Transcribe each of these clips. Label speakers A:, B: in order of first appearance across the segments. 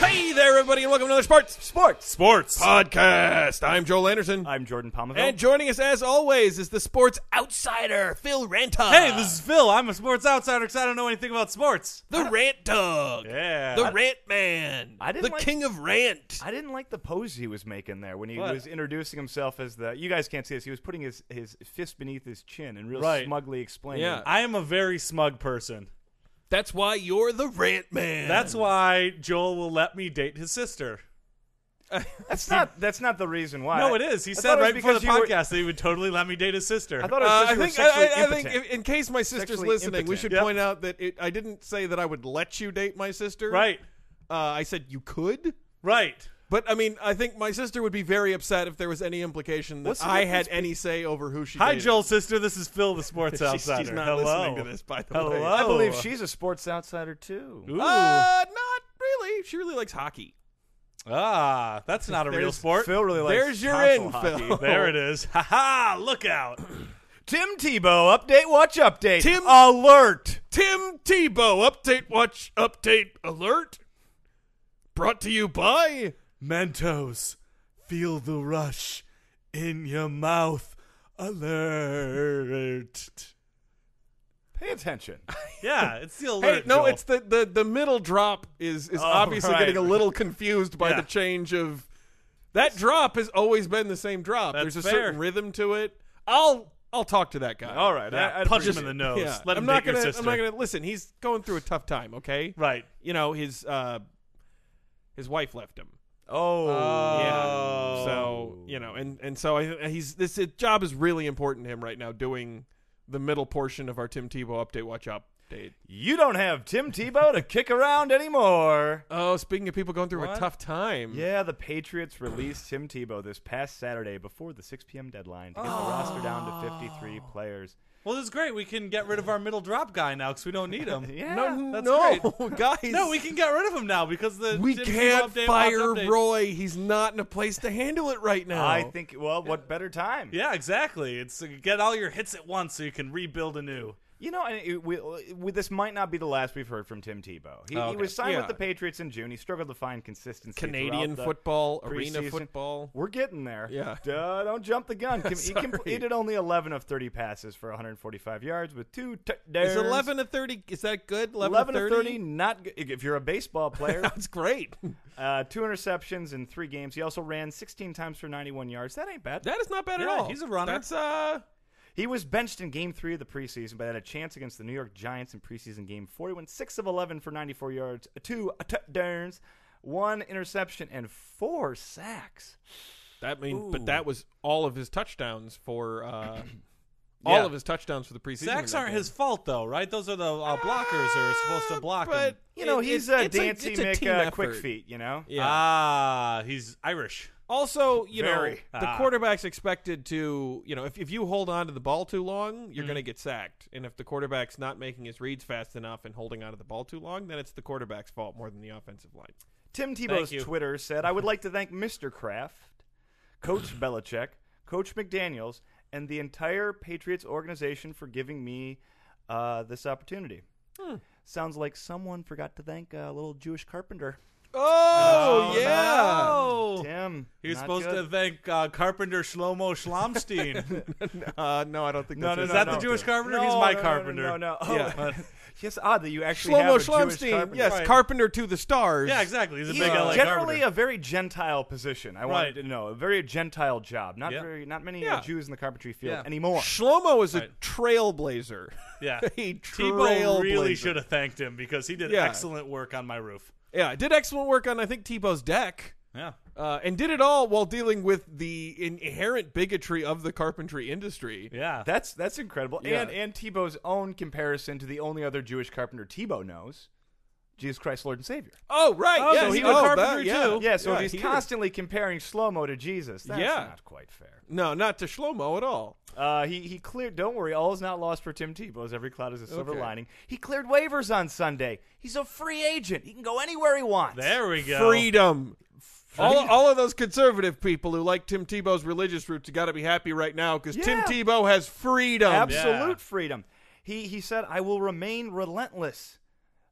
A: Hey there, everybody, and welcome to another sports sports
B: Sports.
A: podcast. I'm Joel Anderson,
B: I'm Jordan Palmaville.
A: and joining us as always is the sports outsider Phil Ranta.
B: hey, this is Phil. I'm a sports outsider because I don't know anything about sports.
A: the rant dog,
B: Yeah.
A: the rant man,
C: I didn't
A: the
C: like-
A: king of rant.
C: I didn't like the pose he was making there when he
B: What?
C: was introducing himself as the. You guys can't see this. He was putting his, his fist beneath his chin and real
B: Right.
C: smugly explaining.
A: Yeah.
B: I am a very smug person.
A: That's why you're the rant man.
B: That's why Joel will let me date his sister.
C: That's not that's not the reason why.
B: No, it is. He
C: I
B: said
C: thought it was
B: right before the
C: because you were-
B: podcast that he would totally let me date his sister.
C: I thought it
A: Uh,
C: was
A: I
C: because you were
A: think
C: sexually
A: I, I think
C: impotent.
A: in, in case my sister's
C: Sexually
A: listening, we
C: impotent.
A: should
B: Yep.
A: point out that it, I didn't say that I would let you date my sister.
B: right,
A: Uh, I said you could.
B: right.
A: But I mean, I think my sister would be very upset if there was any implication that
C: What's the
A: I had
C: difference
A: any say over who she.
B: Hi,
A: dated.
B: Joel's sister. This is Phil, the sports
A: She's-
B: outsider.
A: She's not
B: Hello.
A: listening to this, by the way.
B: Hello.
C: I believe Ah!
B: Oh.
C: she's a sports outsider too.
B: Ooh.
A: Uh, not really. She really likes hockey.
B: ah, that's not a real
C: There's-
B: sport.
C: Phil really likes.
A: There's your
C: console
A: in,
C: hockey.
A: Phil.
B: There it is. Ha ha! Look out.
C: Tim Tebow update. Watch update.
A: Tim-
C: alert.
A: Tim Tebow update watch update alert. Brought to you by
B: Mentos, feel the rush in your mouth. Alert.
C: Pay attention.
B: Yeah, it's the alert.
A: Hey, no,
B: Joel.
A: it's the, the the middle drop is is
B: Oh,
A: obviously
B: right.
A: getting a little confused by
B: Yeah.
A: the change of that drop has always been the same drop.
B: That's
A: There's a
B: fair.
A: certain rhythm to it. I'll I'll talk to that guy.
C: All right. I,
B: yeah,
C: I'd
B: punch him
C: appreciate
B: in the
C: it.
B: nose.
A: Yeah.
B: Oh, Let him date
A: I'm not
B: your
A: gonna
B: sister.
A: I'm not gonna listen, he's going through a tough time, okay?
B: Right.
A: You know, his uh his wife left him.
C: Oh.
A: Yeah.
B: Oh.
A: So you know, and and so I, he's this his job is really important to him right now. Doing the middle portion of our Tim Tebow update. Watch out, update.
C: You don't have Tim Tebow to kick around anymore.
A: Oh, speaking of people going through
C: What?
A: a tough time.
C: Yeah, the Patriots released Tim Tebow this past Saturday before the 6 p.m. deadline to get the roster down to 53
B: Oh.
C: players.
B: Well, this is great. We can get rid of our middle drop guy now because we don't need him.
C: Yeah,
A: No,
B: that's
A: no, guys.
B: No, we can get rid of him now because the
A: we
B: Tim Tebow
A: can't
B: update-
A: fire
B: update-
A: Roy. He's not in a place to handle it right now.
C: I think. Well, what better time?
B: Yeah, exactly. It's uh, get all your hits at once so you can rebuild anew.
C: You know, and it, we, we, this might not be the last we've heard from Tim Tebow. He,
A: Oh,
C: he
A: okay.
C: was signed
A: Yeah.
C: with the Patriots in June. He struggled to find consistency.
A: Canadian
C: throughout the
A: football, arena
C: preseason.
A: football.
C: We're getting there.
A: Yeah.
C: Duh, don't jump the gun. Com- he
A: Sorry.
C: completed only 11 of 30 passes for 145 yards with two touchdowns.
A: Is eleven to thirty? Is that good?
C: 11,
A: Eleven,
C: to 30? Not good. If you're a baseball player,
A: That's great.
C: Uh, two interceptions in three games. He also ran 16 times for 91 yards. That ain't bad.
A: That is not bad at
B: Yeah,
A: all.
B: he's a runner.
A: That's uh.
C: He was benched in game three of the preseason, but had a chance against the New York Giants in preseason game four. He went six of 11 for 94 yards, two touchdowns, one interception, and four sacks.
A: That mean,
B: Ooh.
A: but that was all of his touchdowns for uh,
C: Yeah.
A: all of his touchdowns for the preseason.
B: Sacks
A: in that
B: aren't
A: game.
B: his fault though, right? Those are the uh, blockers who are supposed to block
A: Uh, but
B: him.
C: You know,
A: it-
C: he's
A: it's-
C: a
A: it's a-
C: dancy
A: it's a
C: Mick
A: team
C: uh,
A: effort.
C: quick feet, you know?
A: Yeah.
B: Ah, he's Irish.
A: also, you
C: Very.
A: know, the
B: Ah.
A: quarterback's expected to, you know, if, if you hold on to the ball too long, you're going to get sacked. And if the quarterback's not making his reads fast enough and holding on to the ball too long, then it's the quarterback's fault more than the offensive line.
C: Tim Tebow's
B: you.
C: Twitter said, I would like to thank Mr. Kraft, Coach Belichick, Coach McDaniels, and the entire Patriots organization for giving me uh, this opportunity.
A: Hmm.
C: Sounds like someone forgot to thank a little Jewish carpenter.
A: Oh,
B: no.
C: Tim.
B: He was
C: not
B: supposed
C: good.
B: to thank uh, carpenter Shlomo Schlamstein.
A: Uh, no, I don't think
C: No,
A: that's
C: no,
A: his-
B: Is that
C: no,
B: the
C: no.
B: Jewish carpenter?
C: No,
B: he's my
C: no, no, no,
B: carpenter.
C: No, no. Oh,
A: Yeah.
C: yes, odd that you actually have
A: Shlomo
C: a Jewish
A: Schlamstein.
C: carpenter.
A: Yes,
B: Right.
A: carpenter to the stars.
B: Yeah, exactly. He's a
C: He's
B: big LA
C: generally
B: carpenter.
C: a very Gentile position. I
B: Right.
C: wanted to know a very Gentile job. Not
B: Yep.
C: very, not many
A: Yeah.
C: uh, Jews in the carpentry field
B: Yeah.
C: anymore.
A: Shlomo is a
B: Right.
A: trailblazer.
B: yeah.
A: a
B: Tebow really
A: trailblazer.
B: should have thanked him because he did
A: Yeah.
B: excellent work on my roof.
A: Yeah, did excellent work on I think Tebow's deck,
B: Yeah.
A: uh, and did it all while dealing with the inherent bigotry of the carpentry industry.
B: Yeah.
C: That's that's incredible.
A: Yeah.
C: And and Tebow's own comparison to the only other Jewish carpenter Tebow knows. Jesus Christ, Lord and Savior.
A: Oh right,
B: Oh,
A: yeah,
B: so
A: he
B: he's
A: was
B: a
A: carpenter
B: carpenter,
A: too.
B: too.
C: Yeah, so if he's
A: he is.
C: constantly comparing slow mo to Jesus, that's
A: Yeah.
C: not quite fair.
A: no, not to Shlomo at all.
C: Uh, he he cleared. Don't worry, all is not lost for Tim Tebow. As every cloud is a silver
A: Okay.
C: lining. He cleared waivers on Sunday. He's a free agent. He can go anywhere he wants.
B: There we go.
A: Freedom. All, all of those conservative people who like Tim Tebow's religious roots got to be happy right now because Tim
C: Yeah.
A: Tebow has freedom.
C: absolute
B: Yeah.
C: freedom. He he said, "I will remain relentless.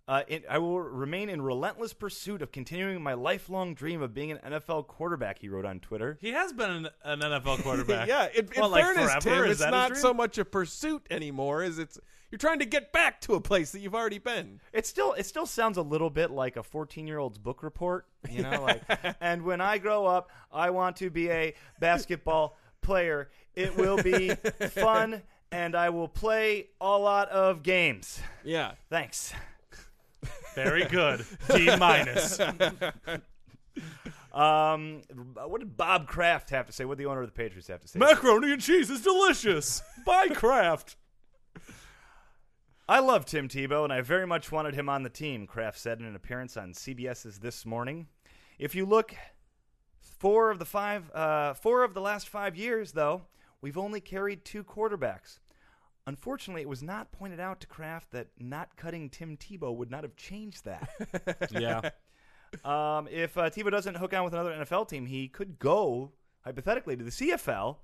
C: Uh, in, I will remain in relentless pursuit of continuing my lifelong dream of being an NFL quarterback." He wrote on Twitter.
B: He has been an, an NFL quarterback.
A: Yeah, in, in
B: Well, like
A: fairness,
B: forever?
A: Tim,
B: Is
A: it's
B: that his
A: not
B: dream?
A: so much a pursuit anymore as it's you're trying to get back to a place that you've already been.
C: It still it still sounds a little bit like a 14-year-old's book report, you know, like and when I grow up, I want to be a basketball player. It will be fun and I will play a lot of games.
A: Yeah.
C: Thanks.
B: Very good. D minus.
C: Um, what did Bob Kraft have to say? What did the owner of the Patriots have to say?
B: Macaroni and cheese is delicious. By Kraft.
C: I love Tim Tebow, and I very much wanted him on the team, Kraft said in an appearance on CBS's This Morning. If you look, four of the five, uh, four of the last five years, though, we've only carried two quarterbacks. Unfortunately, it was not pointed out to Kraft that not cutting Tim Tebow would not have changed that.
B: Yeah.
C: Um, if uh, Tebow doesn't hook on with another NFL team, he could go hypothetically to the CFL,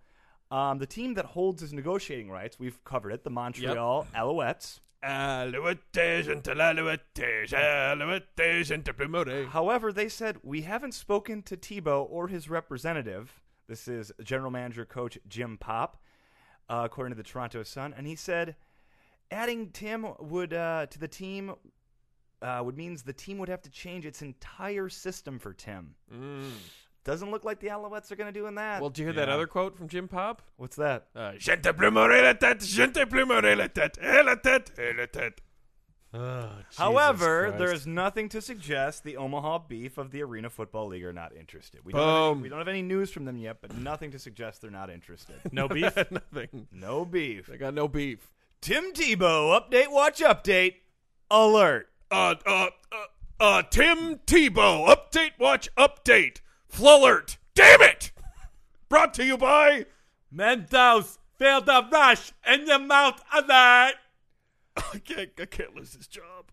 C: um, the team that holds his negotiating rights. We've covered it, the Montreal Alouettes.
A: Alouettes into l'alouettes, alouettes into plumode.
C: However, they said we haven't spoken to Tebow or his representative. This is general manager coach Jim Pop, uh, according to the Toronto Sun, and he said adding Tim would uh, to the team uh, would means the team would have to change its entire system for Tim. Doesn't look like the Alouettes are going to do in that.
A: Mm. Well, do you hear that other quote from Jim Pop?
C: What's that?
A: Uh, je ne te plumerai la tête, je ne te plumerai la tête, et la tête, et la tête. Ah,
C: However, there is nothing to suggest the Omaha Beef of the Arena Football League are not interested. We don't, have
A: Boom.
C: any, we don't have any news from them yet, but nothing to suggest they're not interested.
B: no beef.
A: Nothing.
C: No beef.
A: They got no beef.
C: Tim Tebow update. Watch update. Alert.
A: Uh, uh, uh, uh, Tim Tebow, update, watch, update, Flullert. Damn it! Brought to you by.
B: Mentos feel the rush in the mouth of that.
A: I can't, I can't lose this job.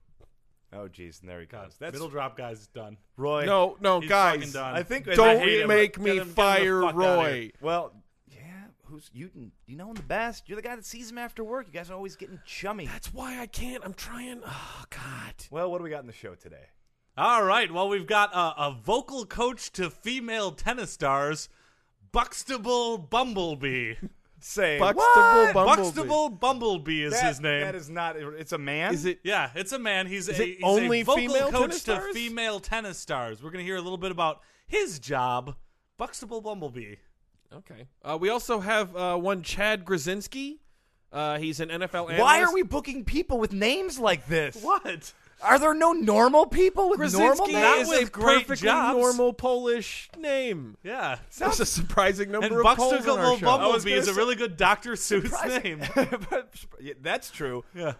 C: Oh, jeez, and there he goes. That's
B: Middle drop guy's done.
C: Roy.
A: No, no,
B: He's fucking
A: guys.
B: done.
C: I think.
B: I
A: Don't
B: hate him.
A: make
B: Get
A: me
B: him- get him the
A: fire
B: fuck outta
A: Roy.
C: Well, yeah. Who's you? You know him the best. You're the guy that sees him after work. You guys are always getting chummy.
A: That's why I can't. I'm trying. Oh, God.
C: Well, what do we got in the show today?
B: All right. Well, we've got uh, a, a vocal coach to female tennis stars, Buxtable Bumblebee.
C: Say
A: Buxtable Bumblebee.
B: Buxtable Bumblebee is
C: That-
B: his name.
C: That is not. It's a man.
A: Is it.
B: yeah, it's a man. He's
A: Is
B: a,
A: it
B: he's
A: only
B: a vocal
A: female
B: coach
A: tennis
B: to
A: stars?
B: female tennis stars. We're going to hear a little bit about his job, Buxtable Bumblebee.
A: Okay. Uh, we also have uh, one Chad Grzinski. Uh, he's an NFL analyst.
C: Why are we booking people with names like this?
B: What?
C: Are there no normal people with normal
A: Brzezinski
B: Not
C: names?
A: is a
B: with great
A: perfectly
B: jobs.
A: normal Polish name.
B: Yeah.
A: There's a surprising number
B: And
A: of Poles in our
B: Buxtable
A: show.
B: Bumblebee is a
C: gonna
B: really good Dr. Seuss
C: Surprising-
B: name.
C: Yeah, That's true.
B: Yeah.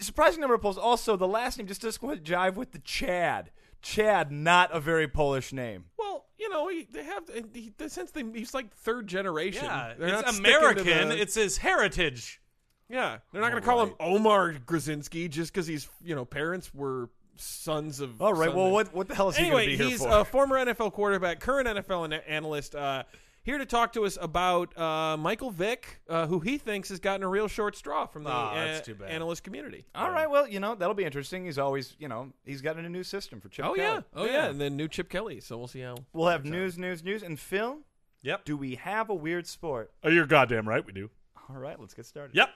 C: surprising number of Poles. Also, the last name just doesn't quite jive with the Chad. Chad, not a very Polish name.
A: well, you know, he, they have he, the sense they, he's like third generation.
B: Yeah,
A: They're not
B: it's
A: sticking to
B: American.
A: the-
B: It's his heritage.
A: yeah. They're not going to call him Omar Grzinski just because he's you know parents were sons of.
C: All right.
A: sons
C: Well,
A: of-
C: what what the hell is
A: anyway,
C: he going to be
A: he's
C: here for?
A: a former NFL quarterback, current NFL an- analyst, uh, here to talk to us about uh, Michael Vick, uh, who he thinks has gotten a real short straw from the
B: Aw,
A: uh,
B: that's too bad.
A: analyst community.
C: All right. Well, you know that'll be interesting. He's always, you know, he's got a new system for Chip
A: Oh yeah,
C: Kelly.
A: oh yeah. and then new Chip Kelly. So we'll see how.
C: We'll have news, news, news, and Phil.
B: Yep.
C: Do we have a weird sport?
B: Oh, you're goddamn right. We do.
C: All right. Let's get started.
B: Yep.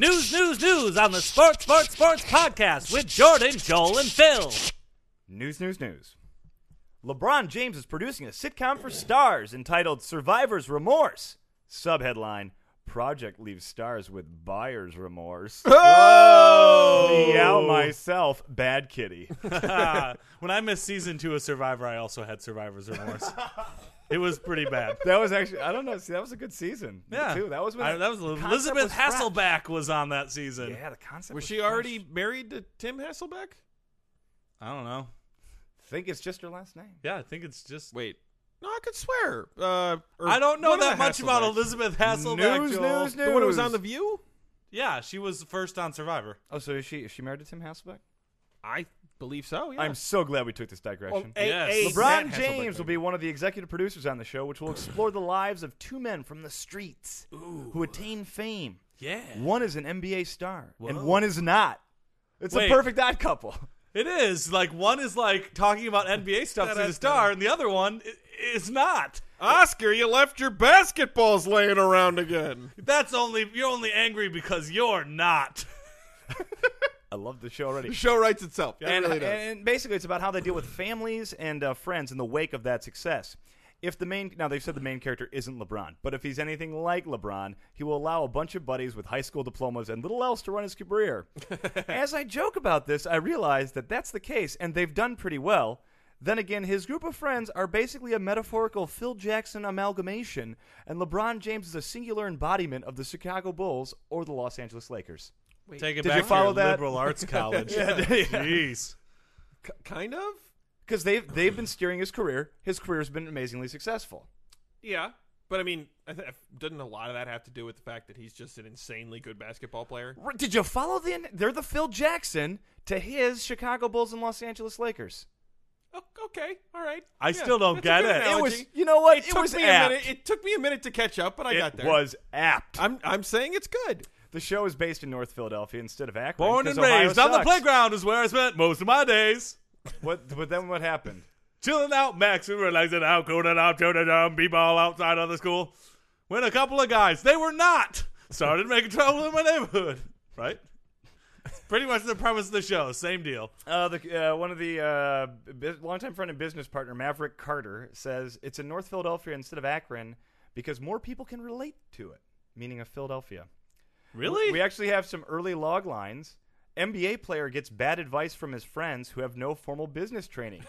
B: News, news, news on the Sports, Sports, Sports podcast with Jordan, Joel, and Phil.
C: News, news, news. LeBron James is producing a sitcom for stars entitled Survivor's Remorse. Subheadline Project leaves stars with buyer's remorse. Oh! Meow myself, bad kitty.
B: when I missed season two of Survivor, I also had Survivor's Remorse. It was pretty bad.
C: That was actually I don't know. See, that was a good season.
B: Yeah,
C: too. That was when
B: I- that was
C: the concept
B: Elizabeth
C: was fresh.
B: Hasselback was on that season.
C: Yeah, the concept
A: Was
C: was
A: she
C: fresh.
A: already married to Tim Hasselbeck?
B: I don't know.
C: think it's just her last name.
B: Yeah, I think it's just.
A: Wait. No, I could swear. Uh, or
C: er,
B: I don't know
A: one of
B: that
A: the
B: much about
A: Hasselbecks.
B: Elizabeth Hasselbeck.
C: News,
B: Joel.
C: news, news.
A: The one who was on The View?
B: Yeah, she was first on Survivor.
C: Oh, so is she is she married to Tim Hasselbeck?
A: I believe so, yeah.
C: I'm so Oh, glad we took this digression.
B: a- Yes.
A: Matt
C: LeBron
A: Hasselbeck,
C: James will
A: maybe.
C: be one of the executive producers on the show, which will explore the lives of two men from the streets who attain fame.
B: Yeah,
C: One is an NBA star,
B: Whoa.
C: and one is not. It's
B: Wait.
C: a perfect odd couple.
B: it is. Like one is like talking about NBA stuff to the star, and the other one i- is not.
A: Oscar, you left your basketballs laying around again.
B: That's only you're only angry because you're not.
C: I love the show already.
A: The show writes itself. Yeah,
C: and,
A: it really does.
C: and basically, it's about how they deal with families and uh, friends in the wake of that success. If the main now they've said the main character isn't LeBron, but if he's anything like LeBron, he will allow a bunch of buddies with high school diplomas and little else to run his career. As I joke about this, I realize that that's the case, and they've done pretty well. Then again, his group of friends are basically a metaphorical Phil Jackson amalgamation, and LeBron James is a singular embodiment of the Chicago Bulls or the Los Angeles Lakers.
B: Take it
C: Did
B: back
C: you follow
B: to your
C: that?
B: liberal arts college. Jeez.
A: K- kind of?
C: because they've they've been steering his career. His career has been amazingly successful.
A: Yeah. But I mean, I th- doesn't a lot of that have to do with the fact that he's just an insanely good basketball player?
C: R- Did you follow the? They're the Phil Jackson to his Chicago Bulls and Los Angeles Lakers.
A: Oh, okay, all right.
B: I still don't
A: that's
B: get
A: a good
B: it.
A: analogy.
C: It was, you know what?
A: It
C: It,
A: took
C: was
A: me
C: apt.
A: a minute. It took me a minute to catch up, but I got
C: It
A: there.
C: was apt.
A: I'm I'm saying it's good.
C: The show is based in North Philadelphia instead of Akron.
B: Born
C: 'cause
B: and
C: Ohio
B: raised on the
C: sucks.
B: playground is where I spent most of my days.
C: What? But then what happened?
B: Chilling out, maxing, relaxing out, cooling out, turning down, b-ball outside of the school. When a couple of guys, they were not, started making trouble in my neighborhood. Right? It's pretty much the premise of the show. Same deal.
C: Uh, the, uh, one of the uh, bu- longtime friend and business partner, Maverick Carter, says it's in North Philadelphia instead of Akron because more people can relate to it, meaning of Philadelphia.
B: Really?
C: We actually have some early log lines. NBA player gets bad advice from his friends who have no formal business training.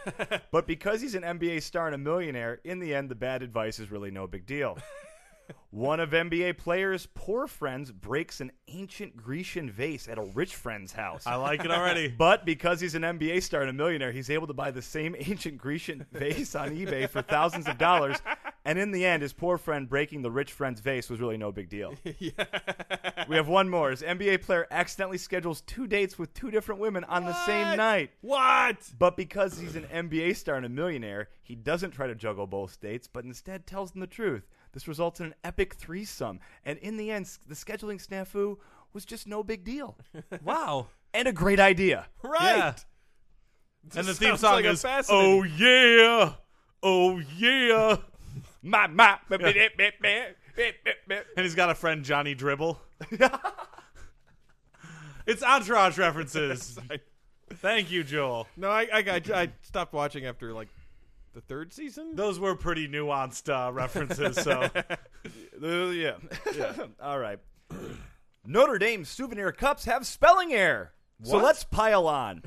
C: but because he's an NBA star and a millionaire, in the end, the bad advice is really no big deal. One of NBA players' poor friends breaks an ancient Grecian vase at a rich friend's house.
B: I like it already.
C: But because he's an NBA star and a millionaire, he's able to buy the same ancient Grecian vase on eBay for thousands of dollars. And in the end, his poor friend breaking the rich friend's vase was really no big deal. We have one more. His NBA player accidentally schedules two dates with two different women on the
A: What?
C: same night.
A: What?
C: But because he's an NBA star and a millionaire, he doesn't try to juggle both dates, but instead tells them the truth. This results in an epic threesome. And in the end, the scheduling snafu was just no big deal.
B: wow.
C: And a great idea.
A: Right.
B: Yeah. And the theme
A: sounds
B: song
A: like a
B: is Oh
A: fascinating-
B: yeah. Oh yeah.
C: My, my, my, my, my, my, my, my,
B: And he's got a friend Johnny Dribble. it's entourage references. Thank you, Joel.
A: No, I I, got, I stopped watching after like the third season.
B: Those were pretty nuanced uh, references, so
C: my. Uh, yeah. All right. Notre Dame souvenir cups have spelling error. So
A: What?
C: let's pile on.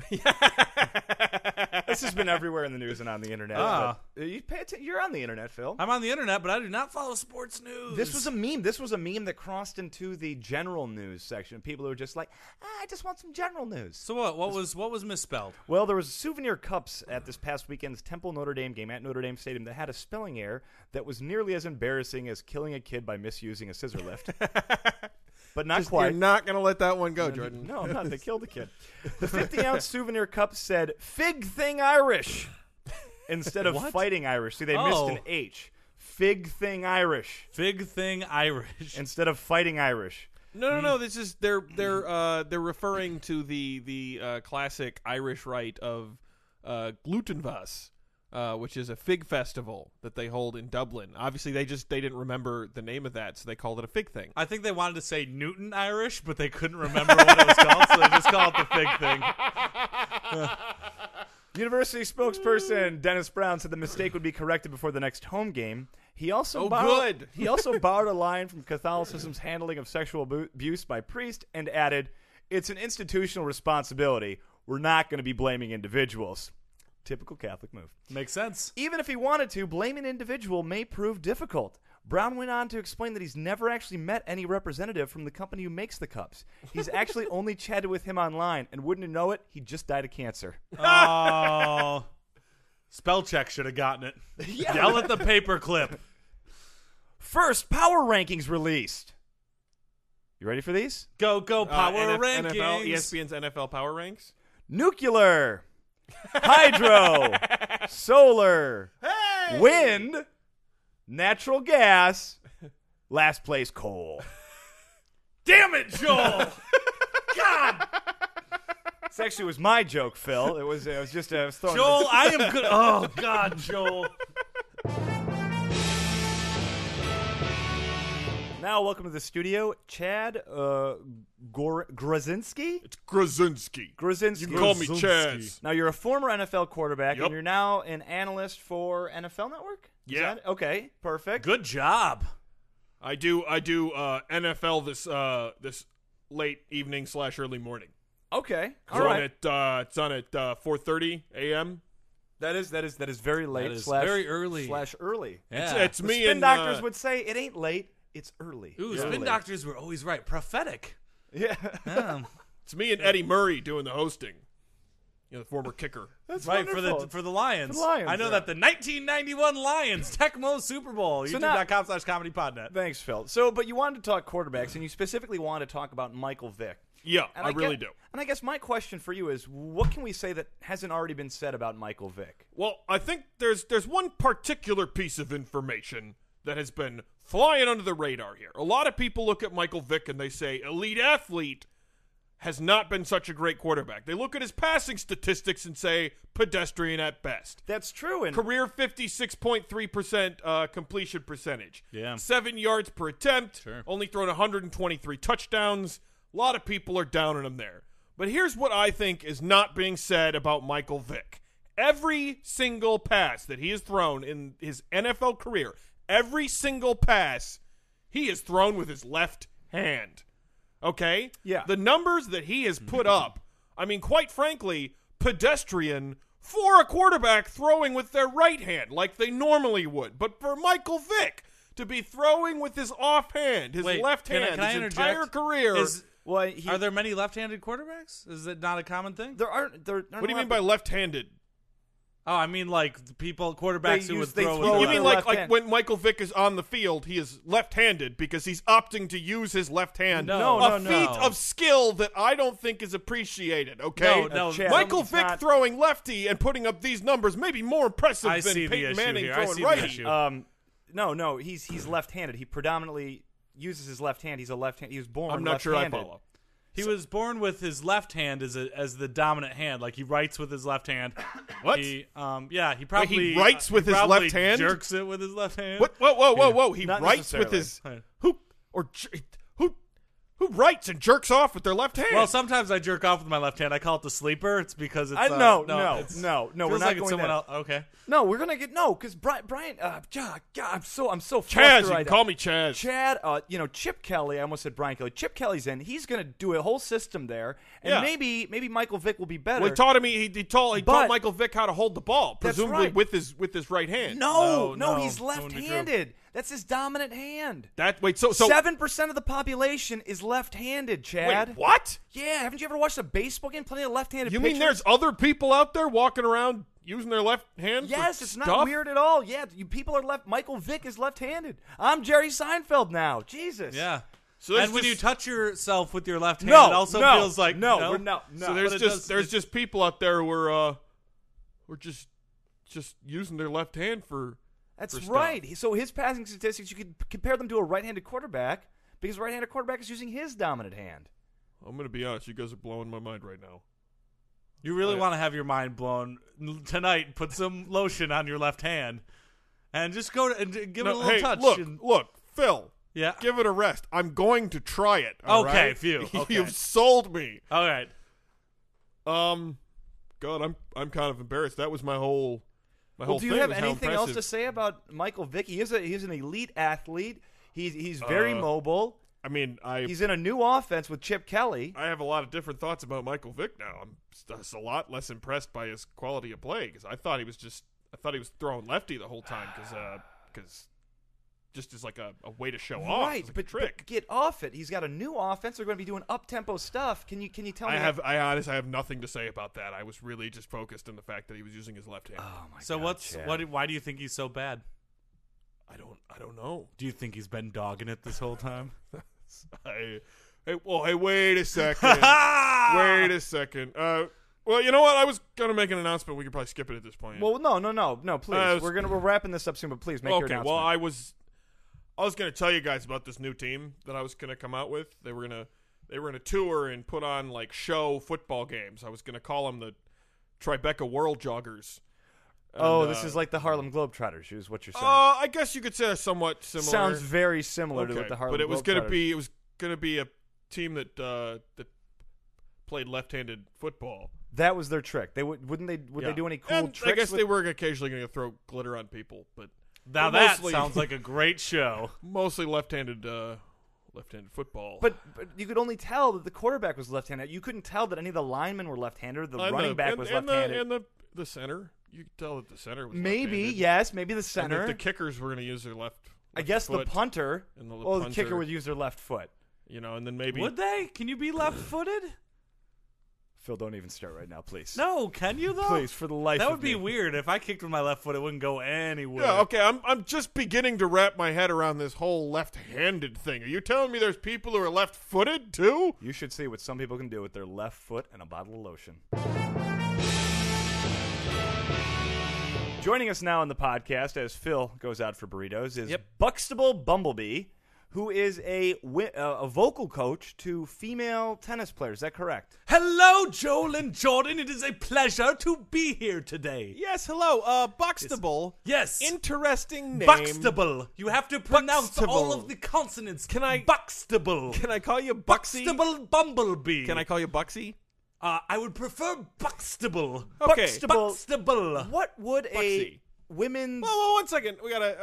C: this has been everywhere in the news and on the internet.
B: Ah.
C: but, uh, you pay atten- you're on the internet, Phil.
B: I'm on the internet, but I do not follow sports news.
C: this was a meme. This was a meme that crossed into the general news section. People who were just like, ah, I just want some general news.
B: so what? What was what was misspelled?
C: Well, there was souvenir cups at this past weekend's Temple Notre Dame game at Notre Dame Stadium that had a spelling error that was nearly as embarrassing as killing a kid by misusing a scissor lift. but not
A: You're
C: quite.
A: not gonna let that one go, Jordan.
C: No, I'm not. They killed the kid. The 50 ounce souvenir cup said "Fig Thing Irish" instead of "Fighting Irish." See, they missed an
B: Oh.
C: H. Fig Thing Irish
B: Fig thing Irish.
C: instead of "Fighting Irish."
A: No, no, no. This is they're they're uh, they're referring to the the uh, classic Irish rite of uh, Glutenvas, uh, which is a fig festival that they hold in Dublin. Obviously, they just they didn't remember the name of that, so they called it a fig thing.
B: I think they wanted to say Newton Irish, but they couldn't remember what it was called, so they just call it the fig thing.
C: University spokesperson Dennis Brown said the mistake would be corrected before the next home game. He also
A: Oh,
C: borrowed,
A: good.
C: he also borrowed a line from Catholicism's handling of sexual abu- abuse by priest and added, "It's an institutional responsibility. We're not going to be blaming individuals." Typical Catholic move.
B: Makes sense.
C: Even if he wanted to, blaming an individual may prove difficult. Brown went on to explain that he's never actually met any representative from the company who makes the cups. He's actually only chatted with him online, and wouldn't you know it, he just died of cancer.
B: Oh, spell check should have gotten it. Yell at the paperclip.
C: First, power rankings released. You ready for these?
B: Go go
A: Uh,
B: power
A: NF-
B: rankings.
A: NFL, ESPN's NFL power ranks.
C: Nuclear, hydro, solar, wind, natural gas, last place coal.
B: Damn it, Joel. God,
C: This actually was my joke, Phil. It was. It was just. uh, I was throwing.
B: Joel, I am good. Oh God, Joel.
C: Now, welcome to the studio, Chad uh, Gor- Grozinski.
A: Krasinski.
C: Grozinski.
B: Grozinski.
C: Now, you're a former NFL quarterback,
A: Yup.
C: and you're now an analyst for NFL Network. Is
A: Yeah.
C: that- okay. Perfect.
B: Good job.
A: I do. I do uh, NFL this uh, this late evening slash early morning.
C: Okay.
A: It's
C: All
A: on
C: right.
A: at uh, it's on at uh, four thirty a.m.
C: That is that is that is very late.
B: is
C: slash,
B: very early.
C: Slash early.
A: It's,
B: Yeah.
A: it's
C: The
A: me
C: spin
A: and
C: doctors
A: uh,
C: would say it ain't late. It's early.
B: Ooh,
C: Yeah.
B: spin
C: Early.
B: doctors were always right. Prophetic.
C: Yeah.
A: It's me and Eddie Murray doing the hosting. You know, the former kicker.
C: That's
B: right for the
C: wonderful.
B: for the Lions.
C: For the Lions,
B: I know
C: yeah.
B: that the 1991 Lions Tecmo Super Bowl.
C: So now-
B: YouTube.com/slash comedy podnet.
C: Thanks, Phil. So, but you wanted to talk quarterbacks, and you specifically wanted to talk about Michael Vick.
A: Yeah,
C: And
A: I, really
C: guess-
A: do.
C: And I guess my question for you is, what can we say that hasn't already been said about Michael Vick?
A: Well, I think there's there's one particular piece of information that has been flying under the radar here. A lot of people look at Michael Vick and they say elite athlete has not been such a great quarterback. They look at his passing statistics and say pedestrian at best.
C: That's true. And
A: Career 56.3% uh, completion percentage.
B: Yeah.
A: Seven yards per attempt. Only thrown 123 touchdowns. A lot of people are down on him there. But here's what I think is not being said about Michael Vick. Every single pass that he has thrown in his NFL career, every single pass, he has thrown with his left hand. Okay?
C: Yeah.
A: The numbers that he has put up, I mean, quite frankly, pedestrian for a quarterback throwing with their right hand like they normally would. But for Michael Vick to be throwing with his off hand, his
B: Wait,
A: left
B: can I-
A: hand,
B: can I
A: his
B: interject?
A: entire career.
B: Is-
C: well, he,
B: Are there many left-handed quarterbacks? Is it not a common thing?
C: there aren't there. Aren't
A: what do you
C: a
A: mean by
C: lot
A: left handed?
B: Oh, I mean like the people quarterbacks who
C: They use-
B: would
C: they
B: throw.
C: throw
B: with
A: You
B: their
C: with
A: mean
C: their
B: left-
A: like
C: left
A: like
C: hand.
A: when Michael Vick is on the field, he is left-handed because he's opting to use his left hand.
B: No,
A: a
C: no,
A: feat
B: no.
A: of skill that I don't think is appreciated. Okay,
B: No, no.
C: Uh, Chad,
A: Michael
C: it's
A: Vick
C: not-
A: throwing lefty and putting up these numbers may be more impressive
B: I
A: than
B: see the
A: Peyton
B: issue
A: Manning
B: here. I
A: throwing
B: see the
A: righty. Uh,
B: issue.
C: Um, no, no, he's he's left-handed. He predominantly uses his left hand. He's a left hand. He was born.
A: I'm not sure I
C: left-handed.
A: follow.
B: He was born with his left hand as a, as the dominant hand. Like he writes with his left hand.
A: What?
B: He, um, yeah, he probably
A: writes
B: uh,
A: with
B: he
A: his
B: probably
A: left hand?
B: Jerks it with his left hand.
A: What? Whoa, whoa, whoa, whoa! He
C: Not
A: writes with
C: necessarily.
A: his
B: Right.
A: who or j- who who writes and jerks off with their left hand.
B: Well, sometimes I jerk off with my left hand. I call it the sleeper. It's because it's
C: I-
B: uh,
C: no,
B: no,
C: no,
B: it's-
C: no, no, we're
B: feels
C: not
B: like it's
C: going
B: someone
C: there.
B: else. Okay.
C: No, we're gonna get no because Brian. Brian uh, God, God, I'm so I'm so
A: Chaz,
C: flustered
A: you
C: right
A: can
C: now.
A: call me Chaz.
C: Chad, uh, you know Chip Kelly. I almost said Brian Kelly. Chip Kelly's in. He's going to do a whole system there, and
A: Yeah.
C: maybe maybe Michael Vick will be better.
A: Well, he taught him. He, he taught he
C: But-
A: taught Michael Vick how to hold the ball,
C: That's
A: presumably
C: right.
A: with his with his right hand.
B: No,
C: no, no,
B: no,
C: he's
B: that wouldn't be true.
C: left-handed. That's his dominant hand.
A: That wait, so so
C: Seven percent of the population is left-handed. Chad,
A: wait, what?
C: Yeah, haven't you ever watched a baseball game? Plenty of left-handed.
A: You mean
C: pitchers?
A: there's other people out there walking around using their left hand? for
C: Yes, it's
A: stuff?
C: not weird at all. Yeah, you, people are left. Michael Vick is left-handed. I'm Jerry Seinfeld now. Jesus.
B: Yeah.
A: So there's
B: and when
A: just-
B: you touch yourself with your left hand,
C: No,
B: it also
C: no,
B: feels like
C: no, we're not- no.
A: So
B: But
A: there's
B: it
A: just
B: does-
A: there's
B: it-
A: just people out there who are uh, who are just just using their left hand for
C: That's
A: for stuff.
C: right. He- So his passing statistics, you could p- compare them to a right-handed quarterback because right-handed quarterback is using his dominant hand.
A: I'm gonna be honest, you guys are blowing my mind right now.
B: You really
A: Right.
B: want to have your mind blown tonight? Put some lotion on your left hand, and just go to, and give it a
A: No,
B: little
A: hey,
B: touch.
A: look,
B: and-
A: look, Phil.
B: yeah.
A: Give it a rest. I'm going to try it. all
B: Okay,
A: right?
B: phew, okay.
A: You've sold me.
B: All right.
A: Um, God, I'm I'm kind of embarrassed. That was my whole my whole
C: Well, do you
A: thing
C: have
A: was how
C: anything else
A: impressive-
C: to say about Michael Vick? He is a he's an elite athlete. He's he's very
A: Uh,
C: mobile.
A: I mean, I
C: He's in a new offense with Chip Kelly.
A: I have a lot of different thoughts about Michael Vick now. I'm just a lot less impressed by his quality of play because I thought he was just I thought he was throwing lefty the whole time because just as like a, a way to show off,
C: right,
A: It's like
C: but,
A: a
C: but
A: trick.
C: get off it. He's got a new offense. They're going to be doing up tempo stuff. Can you can you tell
A: I
C: me?
A: have I honestly I have nothing to say about that. I was really just focused on the fact that he was using his left hand.
C: Oh my
B: So
C: God,
B: what's
C: Chad.
B: what? Why do you think he's so bad?
A: I don't I don't know.
B: Do you think he's been dogging it this whole time?
A: I, hey, well, hey, wait a second.
B: Wait
A: wait a second. Uh, well, you know what? I was gonna make an announcement. We could probably skip it at this point.
C: Well, no, no, no, no. Please,
A: I was-
C: we're gonna we're wrapping this up soon, but please make your
A: okay.
C: announcement.
A: Well, I was, I was gonna tell you guys about this new team that I was gonna come out with. They were gonna, they were gonna tour and put on like show football games. I was gonna call them the Tribeca World Joggers. And,
C: oh, this
A: uh,
C: is like the Harlem Globetrotters. Is what you're saying?
A: Uh, I guess you could say that's somewhat similar.
C: Sounds very similar to
A: Okay,
C: what the Harlem.
A: but it was
C: Globetrotters-
A: gonna be it was gonna be a team that uh, that played left-handed football.
C: that was their trick. They would wouldn't they would
A: Yeah.
C: they do any cool
A: And
C: tricks?
A: I guess
C: with-
A: they were occasionally going to throw glitter on people, but
B: Now
A: But
B: that
A: mostly-
B: sounds like a great show.
A: mostly left-handed, uh, left-handed football.
C: But, but you could only tell that the quarterback was left-handed. You couldn't tell that any of the linemen were left-handed. Or the
A: And
C: running back
A: and-
C: was
A: and
C: left-handed.
A: The, and the the center, you could tell that the center was
C: maybe
A: left-handed.
C: yes, maybe the
A: And that
C: center.
A: the kickers were going to use their left.
C: I guess the
A: foot,
C: punter.
A: and Oh, the
C: well, the kicker
A: punter.
C: would use their left foot.
A: you know, and then maybe
B: Would they? Can you be left-footed?
C: Phil, don't even start right now, please.
B: No, can you though?
C: please, for the life
B: That
C: of
B: would be
C: me.
B: weird. If I kicked with my left foot, it wouldn't go anywhere.
A: Yeah, okay. I'm I'm just beginning to wrap my head around this whole left-handed thing. Are you telling me there's people who are left-footed too?
C: You should see what some people can do with their left foot and a bottle of lotion. Joining us now on the podcast as Phil goes out for burritos is
A: Yep.
C: Buxtable Bumblebee, who is a wi- uh, a vocal coach to female tennis players. Is that correct?
B: Hello, Joel and Jordan. It is a pleasure to be here today.
A: Yes. Hello. Uh, Buxtable.
B: Yes.
A: Interesting name.
B: Buxtable. You have to pronounce all
A: Buxtable.
B: of the consonants. Can I? Buxtable.
A: Can I call you Buxy?
B: Buxtable Bumblebee.
A: Can I call you Buxy?
B: Uh, I would prefer Buxtable.
A: Okay.
C: Buxtable.
B: Buxtable.
C: What would
A: Buxy.
C: a women's
A: Whoa, whoa, one second. We got a.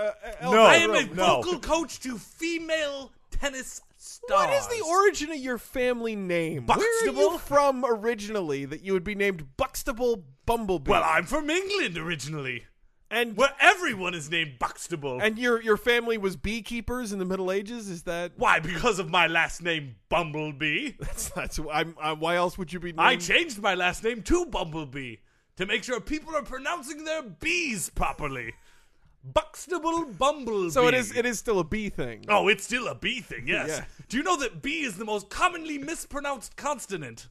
A: Uh,
C: No.
B: I am a
C: No.
B: vocal coach to female tennis stars.
A: What is the origin of your family name? Where are you
B: Buxtable?
A: from originally that you would be named Buxtable Bumblebee?
B: Well, I'm from England originally,
A: and
B: where everyone is named Buxtable.
A: and your your family was beekeepers in the Middle Ages. Is that
B: Why? Because of my last name, Bumblebee.
A: that's that's I'm, i why else would you be? Named?
B: I changed my last name to Bumblebee to make sure people are pronouncing their bees properly. Buxtable Bumblebee.
A: so it is it is still a bee thing.
B: Oh, it's still a bee thing, yes.
A: Yeah.
B: Do you know that bee is the most commonly mispronounced consonant?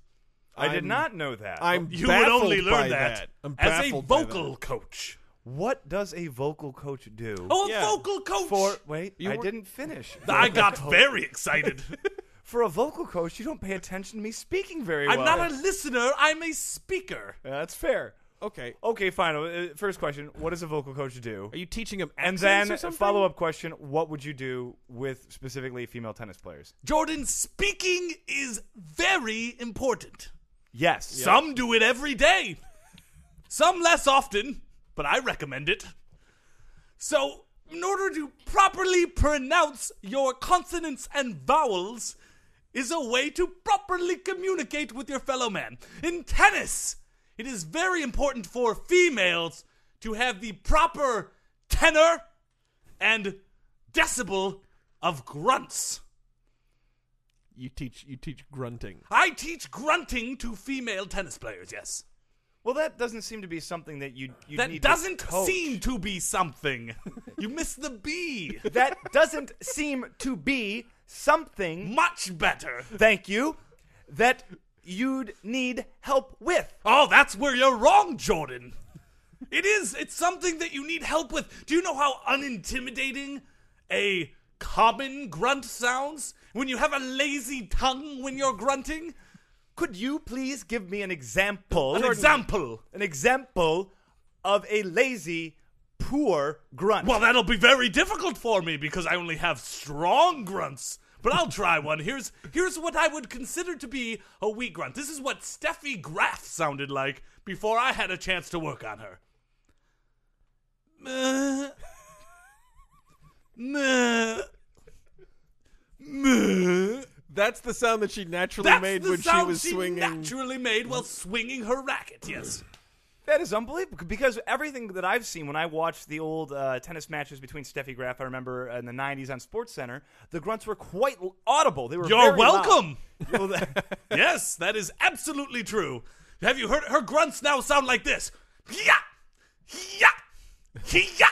C: I did
A: I'm-
C: not know that.
A: I'm
B: You
A: baffled
B: would only
A: by
B: learn that,
A: I'm
B: as a
A: baffled by
B: vocal coach.
C: what does a vocal coach do?
B: Oh, a
A: Yeah.
B: vocal coach.
C: for wait,
A: You
C: I
A: were-
C: didn't finish.
B: I got very excited.
C: For a vocal coach, you don't pay attention to me speaking very
B: I'm
C: well.
B: not a listener, I'm a speaker.
C: That's fair.
A: that. Okay,
C: Okay, fine. Uh, First question: What does a vocal coach do?
A: are you teaching him?
C: And
A: accents
C: then
A: or something?
C: follow up question: What would you do with specifically female tennis players?
B: Jordan, speaking is very important.
C: Yes.
B: Some do it every day, some less often, but I recommend it. So, in order to properly pronounce your consonants and vowels, is a way to properly communicate with your fellow man. In tennis, it is very important for females to have the proper tenor and decibel of grunts.
A: You teach you teach grunting.
B: I teach grunting to female tennis players, yes.
C: Well, that doesn't seem to be something that you you
B: That
C: need
B: doesn't
C: to coach.
B: seem to be something. you missed the B.
C: that doesn't seem to be something.
B: Much better.
C: Thank you. That you'd need help with.
B: Oh, that's where you're wrong, Jordan. It is. It's something that you need help with. Do you know how unintimidating a common grunt sounds? When you have a lazy tongue when you're grunting?
C: Could you please give me an example?
B: An example.
C: an example of a lazy, poor grunt.
B: Well, that'll be very difficult for me because I only have strong grunts. But I'll try one. Here's here's what I would consider to be a weak grunt. This is what Steffi Graf sounded like before I had a chance to work on her. Meh. Meh.
A: That's the sound that she naturally
B: That's
A: made
B: the
A: when
B: sound
A: she was swinging. Mm.
B: naturally made while swinging her racket. Yes.
C: That is unbelievable because everything that I've seen when I watched the old uh, tennis matches between Steffi Graf, I remember uh, in the '90s on Sports Center, the grunts were quite l- audible. They were.
B: You're
C: very loud.
B: welcome.
C: Well, that-
B: yes, that is absolutely true. Have you heard her grunts now sound like this? Yeah, yeah, yeah.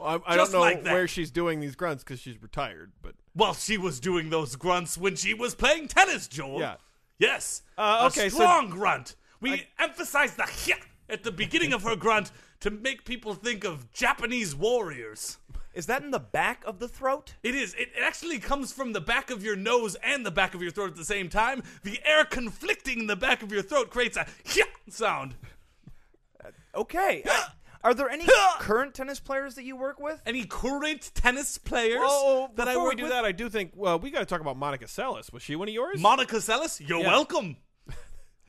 A: I, I
B: Just
A: don't know
B: like that.
A: where she's doing these grunts because she's retired, but
B: Well, she was doing those grunts when she was playing tennis, Joel.
A: Yeah.
B: Yes.
A: Uh,
B: a
A: okay, so-
B: strong grunt. We emphasize the yeah at the beginning of her grunt to make people think of Japanese warriors.
C: is that in the back of the throat?
B: It is. It it actually comes from the back of your nose and the back of your throat at the same time. The air conflicting in the back of your throat creates a yeah sound.
C: Okay. I- are there any current tennis players that you work with?
B: Any current tennis players
A: Oh,
B: that I
A: before
B: work
A: we do
B: with?
A: that, I do think well, we got to talk about Monica Seles. Was she one of yours?
B: Monica Seles, you're
A: Yeah.
B: welcome.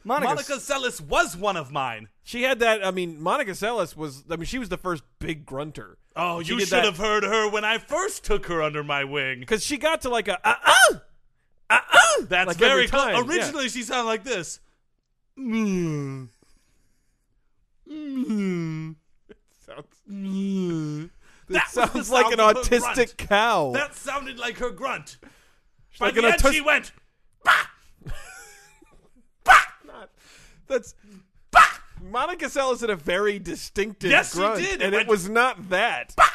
C: Monica.
B: Monica Seles was one of mine.
A: she had that. I mean, Monica Seles was. I mean, she was the first big grunter.
B: Oh, you
A: did
B: should
A: that-
B: have heard her when I first took her under my wing.
A: because she got to like a uh uh uh uh.
B: That's
A: like
B: very
A: every time.
B: close.
A: yeah.
B: Originally, she sounded like this. was
A: That
B: the
A: sounds like an
B: sound of her
A: autistic
B: grunt.
A: cow.
B: That sounded like her grunt. By
A: like
B: the
A: an
B: end,
A: autis-
B: she went.
A: That's Monica Seles had a very distinctive
B: Yes, she
A: grunt,
B: did. It
A: and it
B: went-
A: was not that.
B: Bah!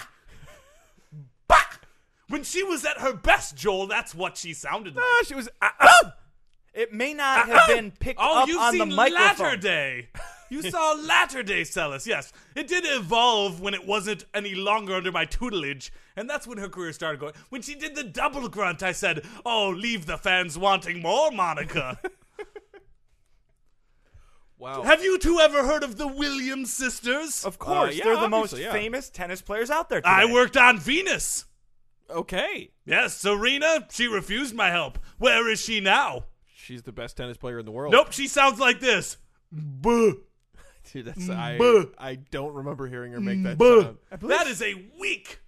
B: When she was at her best, Joel, that's what she sounded like.
A: Ah, she was uh uh.
C: It may not have been picked
B: Oh,
C: up
B: you've
C: on the
B: seen
C: microphone.
B: Latter Day. You saw Latter Day Celis, yes. It did evolve when it wasn't any longer under my tutelage, and that's when her career started going. When she did the double grunt, I said, Oh, leave the fans wanting more, Monica.
A: Wow.
B: Have you two ever heard of the Williams sisters?
C: Of course,
A: yeah,
C: they're the most
A: obviously, yeah.
C: famous tennis players out there. Today.
B: I worked on Venus.
A: okay.
B: Yes, Serena, she refused my help. Where is she now?
A: She's the best tennis player in the
C: Oh.
A: world.
B: Nope, she sounds like this. Buh.
A: Dude, that's I,
B: Buh.
A: I don't remember hearing her
B: Mm,
A: make that
B: Buh.
A: sound.
B: That is a weak,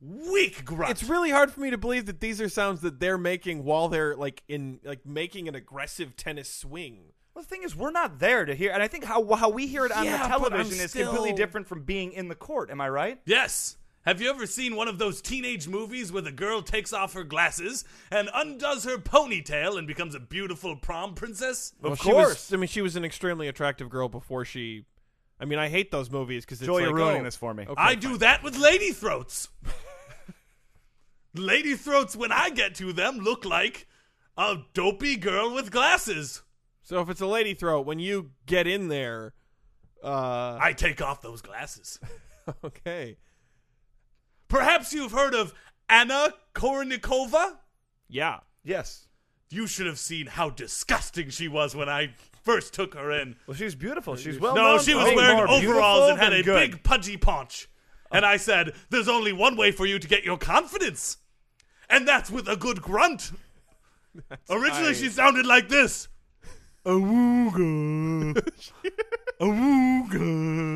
B: weak grunt.
A: It's really hard for me to believe that these are sounds that they're making while they're like in like making an aggressive tennis swing.
C: Well, the thing is, we're not there to hear, and I think how how we hear it on
A: Yeah,
C: the
A: but I'm
C: television is completely
A: still-
C: different from being in the court. Am I right?
B: Yes. Have you ever seen one of those teenage movies where the girl takes off her glasses and undoes her ponytail and becomes a beautiful prom princess?
C: Of
A: Well, she was-
C: course.
A: I mean, she was an extremely attractive girl before she. I mean, I hate those movies because
C: Joel,
A: it's
C: you're
A: like,
C: ruining
A: oh,
C: this for me.
A: okay,
B: I do that with lady throats. lady throats, when I get to them, look like a dopey girl with glasses.
A: So if it's a lady throat, when you get in there, uh,
B: I take off those glasses.
A: okay,
B: Perhaps you've heard of Anna Kornikova?
A: yeah,
C: Yes.
B: You should have seen how disgusting she was when I first took her in.
C: Well, she's beautiful. She's well.
B: No,
C: known
B: she
C: for
B: was
C: being
B: wearing
C: more
B: overalls
C: beautiful
B: and had
C: than
B: a
C: good.
B: big pudgy paunch. And I said, There's only one way for you to get your confidence, and that's with a good grunt. Originally, she sounded like this.
C: I,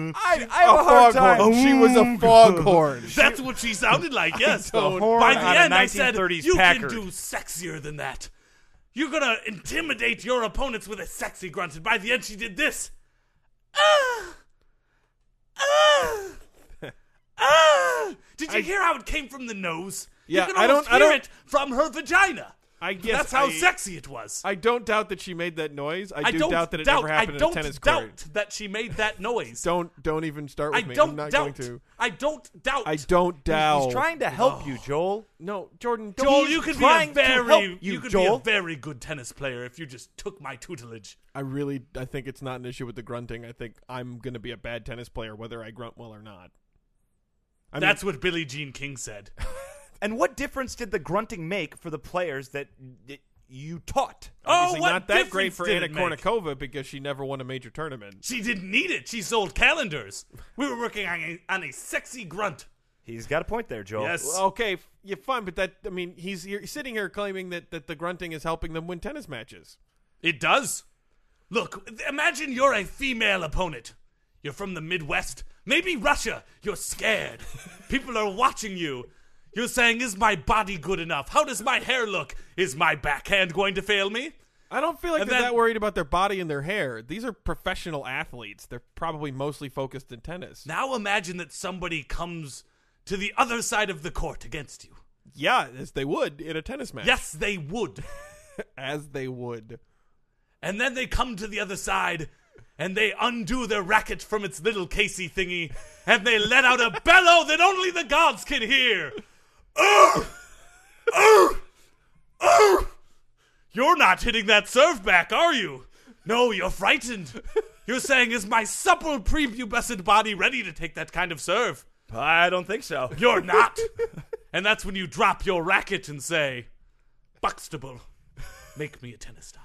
C: I have a, hard time.
A: She was a foghorn.
B: That's what she sounded like, yes.
A: don't-
C: Horn
B: By the
C: on a
B: end, I said,
C: 1930s
B: You
C: Packard."
B: can do sexier than that. You're going to intimidate your opponents with a sexy grunt. And by the end, she did this. Ah! Ah! Ah! Did you hear how it came from the nose?
A: Yeah,
B: you can
A: I don't-
B: almost
A: I
B: hear
A: don't-
B: it from her vagina.
A: I guess
B: That's how
A: I,
B: sexy it was.
A: I don't doubt that she made that noise. I,
B: I
A: do
B: don't
A: doubt that it never happened
B: I don't
A: in a tennis
B: doubt
A: court.
B: that she made that noise.
A: Don't don't even start
B: I
A: with me.
B: don't
A: I'm not
B: doubt.
A: going to.
B: I don't doubt.
A: I don't doubt.
C: He's trying to help
B: Oh.
C: you, Joel.
A: No, Jordan. Don't
B: Joel,
A: He's
B: you could be a
C: trying to help
B: very you,
C: you,
B: could
C: Joel.
B: be a very good tennis player if you just took my tutelage.
A: I really, I think it's not an issue with the grunting. I think I'm going to be a bad tennis player whether I grunt well or not. I mean,
B: That's what Billie Jean King said.
C: And what difference did the grunting make for the players that y- you taught?
A: obviously
B: oh, what
A: not that great
B: difference
A: for
B: did
A: Anna
B: it make?
A: Kournikova because she never won a major tournament.
B: She didn't need it. She sold calendars. We were working on a, on a sexy grunt.
C: He's got a point there, Joel.
B: Yes.
A: Well, Okay, f- yeah, fine, but that I mean, he's here, sitting here claiming that that the grunting is helping them win tennis matches.
B: It does. Look, imagine you're a female opponent. You're from the Midwest, maybe Russia. You're scared. People are watching you. You're saying, is my body good enough? How does my hair look? Is my backhand going to fail me?
A: I don't feel like
B: And
A: they're
B: then-
A: that worried about their body and their hair. These are professional athletes. They're probably mostly focused in tennis.
B: Now imagine that somebody comes to the other side of the court against you.
A: Yeah, as they would in a tennis match.
B: Yes, they would.
A: as they would.
B: And then they come to the other side and they undo their racket from its little Casey thingy and they let out a bellow that only the gods can hear. Urgh! Urgh! Urgh! You're not hitting that serve back, are you? No, you're frightened. You're saying, is my supple prepubescent body ready to take that kind of serve?
C: I don't think so.
B: You're not. and that's when you drop your racket and say, Buxtable, make me a tennis star.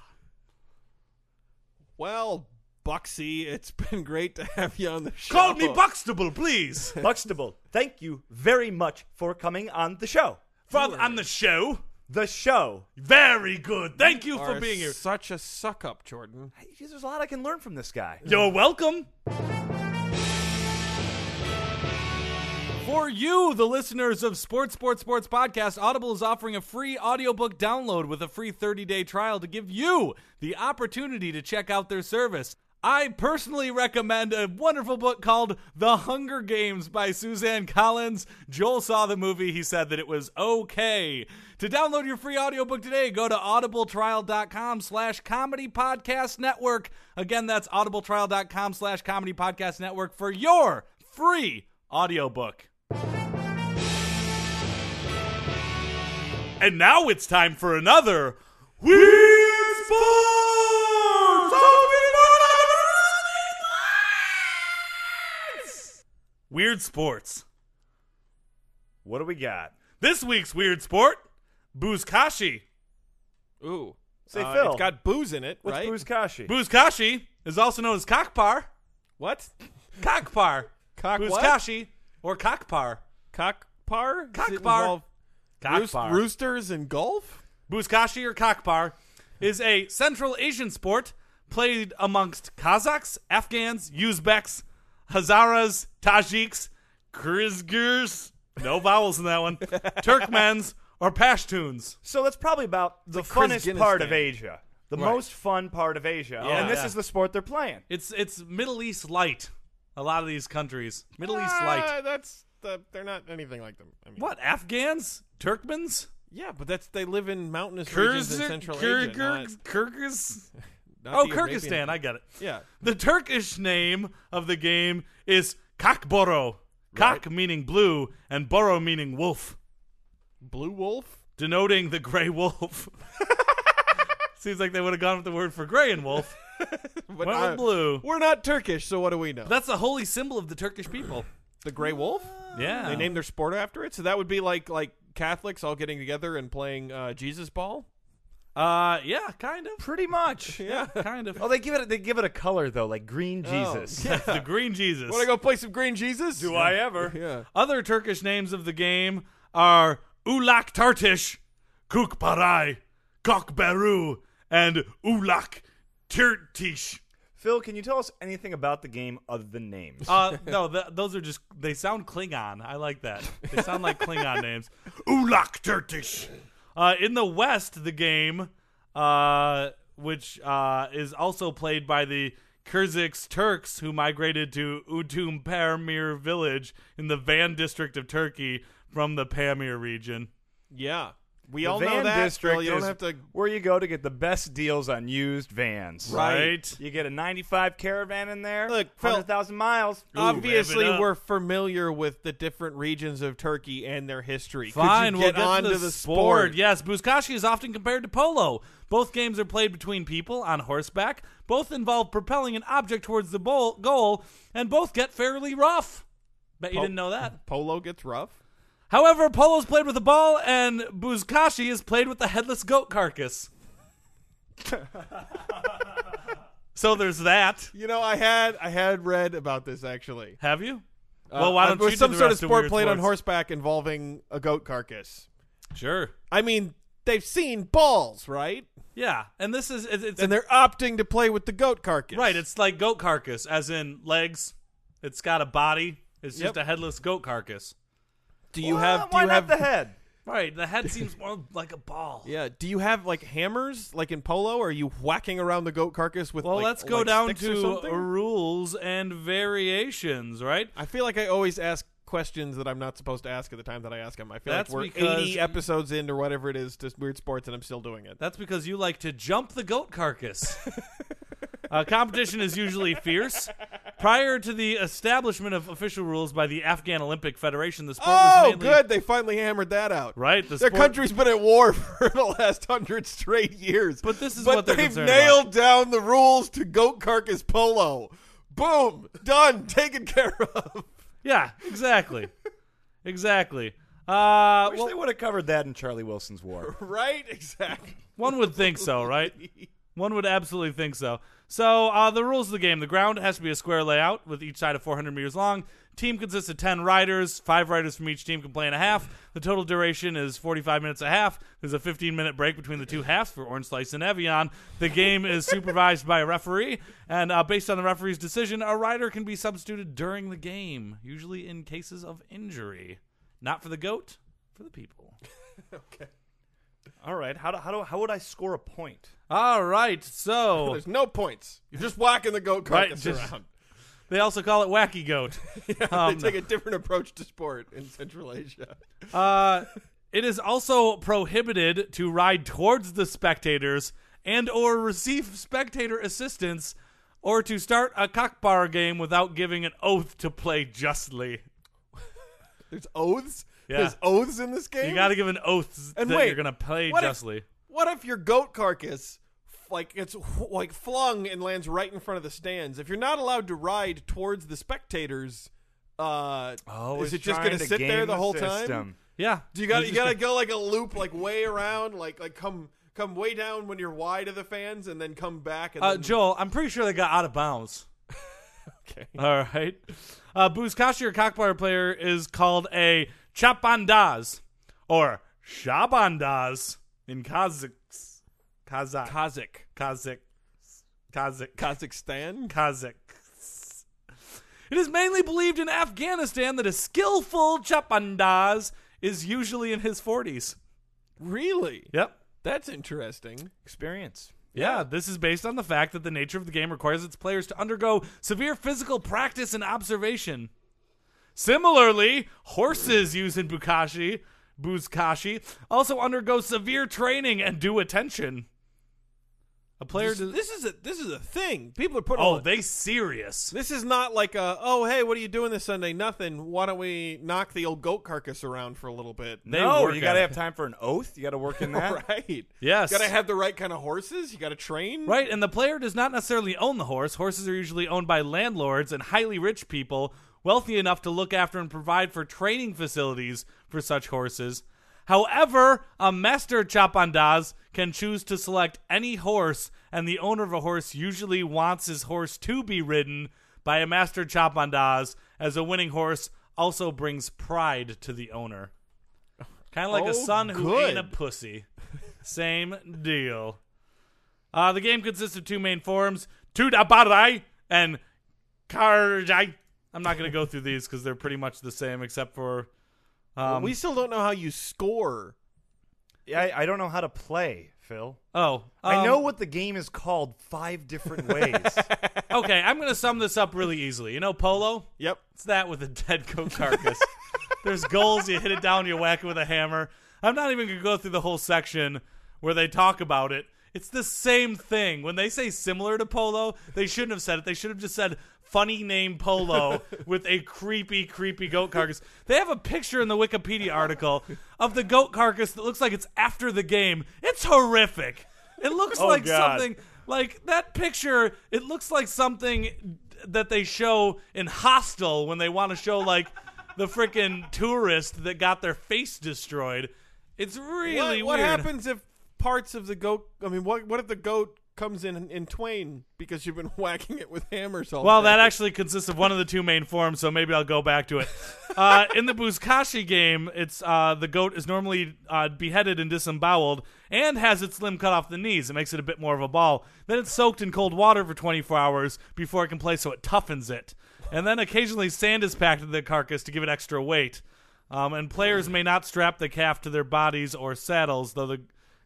A: Well, Buxy, it's been great to have you on the show.
B: Call me Buxtable, please.
C: Buxtable, thank you very much for coming on the show.
B: From on the show.
C: The show.
B: Very good. Thank you for
A: Are
B: being here.
A: Such a suck up, Jordan.
C: Hey, There's a lot I can learn from this guy.
B: You're welcome.
D: For you, the listeners of Sports Sports Sports Podcast, Audible is offering a free audiobook download with a free 30-day trial to give you the opportunity to check out their service. I personally recommend a wonderful book called The Hunger Games by Suzanne Collins. Joel saw the movie, he said that it was okay. To download your free audiobook today, go to audibletrial.com slash comedy podcast network. Again, that's audibletrial.com slash comedy podcast network for your free audiobook.
B: And now it's time for another Weird Sports! Weird Sports.
C: What do we got?
B: This week's Weird Sport, Buzkashi.
A: Ooh.
C: Say,
A: Uh,
C: Phil.
A: It's got booze in it,
C: What's
A: right?
C: Buzkashi?
B: Buzkashi is also known as cockpar.
A: What?
B: Cockpar.
A: Cock what?
B: Buzkashi or cockpar.
A: Cockpar? Does it
B: Cockpar.
A: involve roos-
B: Cockpar.
A: roosters and golf?
B: Buzkashi or Kakpar is a Central Asian sport played amongst Kazakhs, Afghans, Uzbeks, Hazaras, Tajiks, Kyrgyz, no vowels in that one, Turkmens, or Pashtuns.
C: So that's probably about the
A: like
C: funnest part of
A: Kyrgyzstan.
C: Asia. The most fun part of Asia.
B: Yeah.
C: and this
B: Yeah.
C: is the sport they're playing.
B: It's it's Middle East light. A lot of these countries, Middle East
A: Ah,
B: light.
A: that's the, they're not anything like them. I mean,
B: What Afghans, Turkmens,
A: Yeah, but that's they live in mountainous regions in
B: Kyrgyz,
A: Central Asia. not-
B: Kyrgyz, Kyrgyz.
A: not
B: Oh,
A: the Arabian-
B: Kyrgyzstan. I get it.
A: Yeah.
B: The Turkish name of the game is Kakboro. Kak meaning blue and boro meaning wolf,
A: Blue wolf?
B: denoting the gray wolf. Seems like they would have gone with the word for gray and wolf.
A: But
B: Went
A: I-
B: with blue.
A: We're not Turkish, so what do we know?
B: That's the holy symbol of the Turkish people.
A: the gray wolf?
B: Yeah.
A: They named their sport after it, so that would be like like Catholics all getting together and playing uh, Jesus ball.
B: uh yeah, kind of.
C: Pretty much.
A: Yeah,
B: Kind of.
C: Oh, they give it they give it a color though, like green Jesus.
A: Oh. yeah.
B: The green Jesus.
A: Want to go play some green Jesus?
C: Do I ever?
A: Yeah.
B: Other Turkish names of the game are Ulak Tartish, Kukparay, Kokberu, and Ulak Tirtish.
C: Phil, can you tell us anything about the game other than names?
B: Uh, no, th- those are just they sound Klingon. I like that. They sound like Klingon names. Ulak Turkish. Uh, in the West, the game, uh, which uh, is also played by the Kyrgyz Turks, who migrated to Utum Pamir village in the Van district of Turkey from the Pamir region.
A: Yeah. We
C: The
A: all know
C: van
A: that.
C: district
A: Phil. you don't
C: is
A: have to.
C: where you go to get the best deals on used vans.
B: Right.
C: You get a 95 caravan in there.
A: Look, Phil-
C: 100,000 miles.
A: Obviously,
B: up.
A: we're familiar with the different regions of Turkey and their history.
B: Fine,
A: Could you
B: we'll
A: get on
B: to the,
A: sport?
B: sport. Yes, Buzkashi is often compared to polo. Both games are played between people on horseback. Both involve propelling an object towards the bowl, goal, and both get fairly rough. Bet you didn't know that.
A: Polo gets rough.
B: However, polo's played with a ball, and Buzkashi is played with the headless goat carcass. so there's that.
A: You know, I had I had read about this actually.
B: Have you?
A: Uh,
B: well, why
A: uh,
B: don't
A: it was
B: you do
A: some
B: the
A: sort of
B: rest
A: sport
B: Weird
A: played on
B: Sports?
A: horseback involving a goat carcass?
B: Sure.
A: I mean, they've seen balls, right?
B: Yeah, and this is it's, it's
A: And they're opting to play with the goat carcass.
B: Right, it's like goat carcass, as in legs. It's got a body. It's just
A: Yep.
B: a headless goat carcass.
A: Do you
C: Why-
A: have? Do
C: why
A: you
C: not
A: have?
C: the head?
B: Right, the head seems more like a ball.
A: Yeah. Do you have like hammers, like in polo? Or are you whacking around the goat carcass with?
B: Well,
A: like-
B: let's go
A: like
B: down
A: sticks or
B: to
A: something?
B: rules and variations, right?
A: I feel like I always ask questions that I'm not supposed to ask at the time that I ask them. I feel
B: That's
A: like we're
B: because-
A: 80 episodes in or whatever it is to weird sports, and I'm still doing it.
B: That's because you like to jump the goat carcass. uh, competition is usually fierce. Prior to the establishment of official rules by the Afghan Olympic Federation, the sport was
A: Oh,
B: mainly
A: good! They finally hammered that out.
B: right. The
A: Their
B: sport-
A: country's been at war for the last hundred straight years.
B: But this is
A: but
B: what they're
A: they've
B: concerned
A: nailed down the rules to goat carcass polo. Boom, done, taken care of.
B: Yeah, exactly, exactly. Uh,
C: I wish
B: well,
C: they would have covered that in Charlie Wilson's War.
A: Right? Exactly.
B: One would think so, right? One would absolutely think so. So, uh, the rules of the game the ground has to be a square layout with each side of 400 meters long. Team consists of 10 riders. Five riders from each team can play in a half. The total duration is 45 minutes a half. There's a 15 minute break between the two halves for Orange Slice and Evian. The game is supervised by a referee, and uh, based on the referee's decision, a rider can be substituted during the game, usually in cases of injury. Not for the goat, for the people.
C: All right, how, do, how, do, how would I score a point?
B: All right, so.
A: There's no points. You're just whacking the goat
B: Right,
A: carcass
B: just-
A: around.
B: They also call it wacky goat. Um,
A: they take a different approach to sport in Central Asia.
B: uh, it is also prohibited to ride towards the spectators and or receive spectator assistance or to start a cockbar game without giving an oath to play justly.
A: There's oaths.
B: Yeah.
A: There's oaths in this game.
B: You got to give an oath
A: And
B: that
A: wait,
B: you're going to play
A: what if-
B: justly.
A: What if your goat carcass like gets wh- like flung and lands right in front of the stands? If you're not allowed to ride towards the spectators, uh,
B: Oh,
A: is it just
C: going
A: gonna
C: to
A: sit there
C: game
A: the whole time?
C: system.
B: yeah.
A: Do you got you
B: just
A: got to
B: gonna-
A: go like a loop, like way around, like like come come way down when you're wide of the fans, and then come back. And
B: Uh,
A: then,
B: Joel, I'm pretty sure they got out of bounds.
A: okay.
B: All right. Uh, Buzkashi or cockbar player is called a chapandaz or shabandaz in Kazakhs. Kazakh.
A: Kazakh,
B: Kazakh. Kazakh.
A: Kazakhstan.
B: Kazakhs. It is mainly believed in Afghanistan that a skillful chapandaz is usually in his 40s.
A: Really?
B: Yep.
A: That's interesting.
C: Experience.
B: Yeah, this is based on the fact that the nature of the game requires its players to undergo severe physical practice and observation. Similarly, horses used in Bukashi, Buzkashi, also undergo severe training and due attention. A player
A: This,
B: does.
A: this is a this is a thing. People are putting.
B: Oh,
A: on-
B: they serious.
A: This is not like a oh hey what are you doing this Sunday nothing why don't we knock the old goat carcass around for a little bit
B: They
C: no,
B: work
C: you got
B: at
C: to
B: it.
C: have time for an oath. You got to work in that.
A: right
B: Yes.
A: gotta have the right kind of horses you gotta train
B: Right, and the player does not necessarily own the horse. Horses are usually owned by landlords and highly rich people, wealthy enough to look after and provide for training facilities for such horses. However, a master chapandaz can choose to select any horse, and the owner of a horse usually wants his horse to be ridden by a master chapandaz, as a winning horse also brings pride to the owner. Kind of like
A: Oh,
B: a son who
A: good.
B: ain't a pussy. Same deal. Uh, the game consists of two main forms, Tudabarai and Karjai. I'm not going to go through these because they're pretty much the same except for. Um,
A: we still don't know how you score
C: Yeah, I, I don't know how to play, Phil.
B: oh,
C: I
B: um,
C: know what the game is called five different ways.
B: okay, I'm going to sum this up really easily. You know, polo?
A: yep
B: It's that with a dead goat carcass. There's goals, you hit it down, you whack it with a hammer. I'm not even going to go through the whole section where they talk about it. It's the same thing. When they say similar to polo, they shouldn't have said it. They should have just said funny name polo with a creepy, creepy goat carcass. They have a picture in the Wikipedia article of the goat carcass that looks like it's after the game. It's horrific. It looks like
C: God.
B: something like that picture, it looks like something that they show in Hostel when they want to show like the freaking tourist that got their face destroyed. It's really
A: what, what
B: weird.
A: happens if parts of the goat I mean what what if the goat comes in in twain because you've been whacking it with hammers all
B: Well,
A: day?
B: that actually consists of one of the two main forms, so maybe I'll go back to it. Uh, in the Buzkashi game, it's uh, the goat is normally uh, beheaded and disemboweled, and has its limb cut off the knees. It makes it a bit more of a ball. Then it's soaked in cold water for 24 hours before it can play, so it toughens it. And then occasionally sand is packed into the carcass to give it extra weight. Um, and players may not strap the calf to their bodies or saddles, though the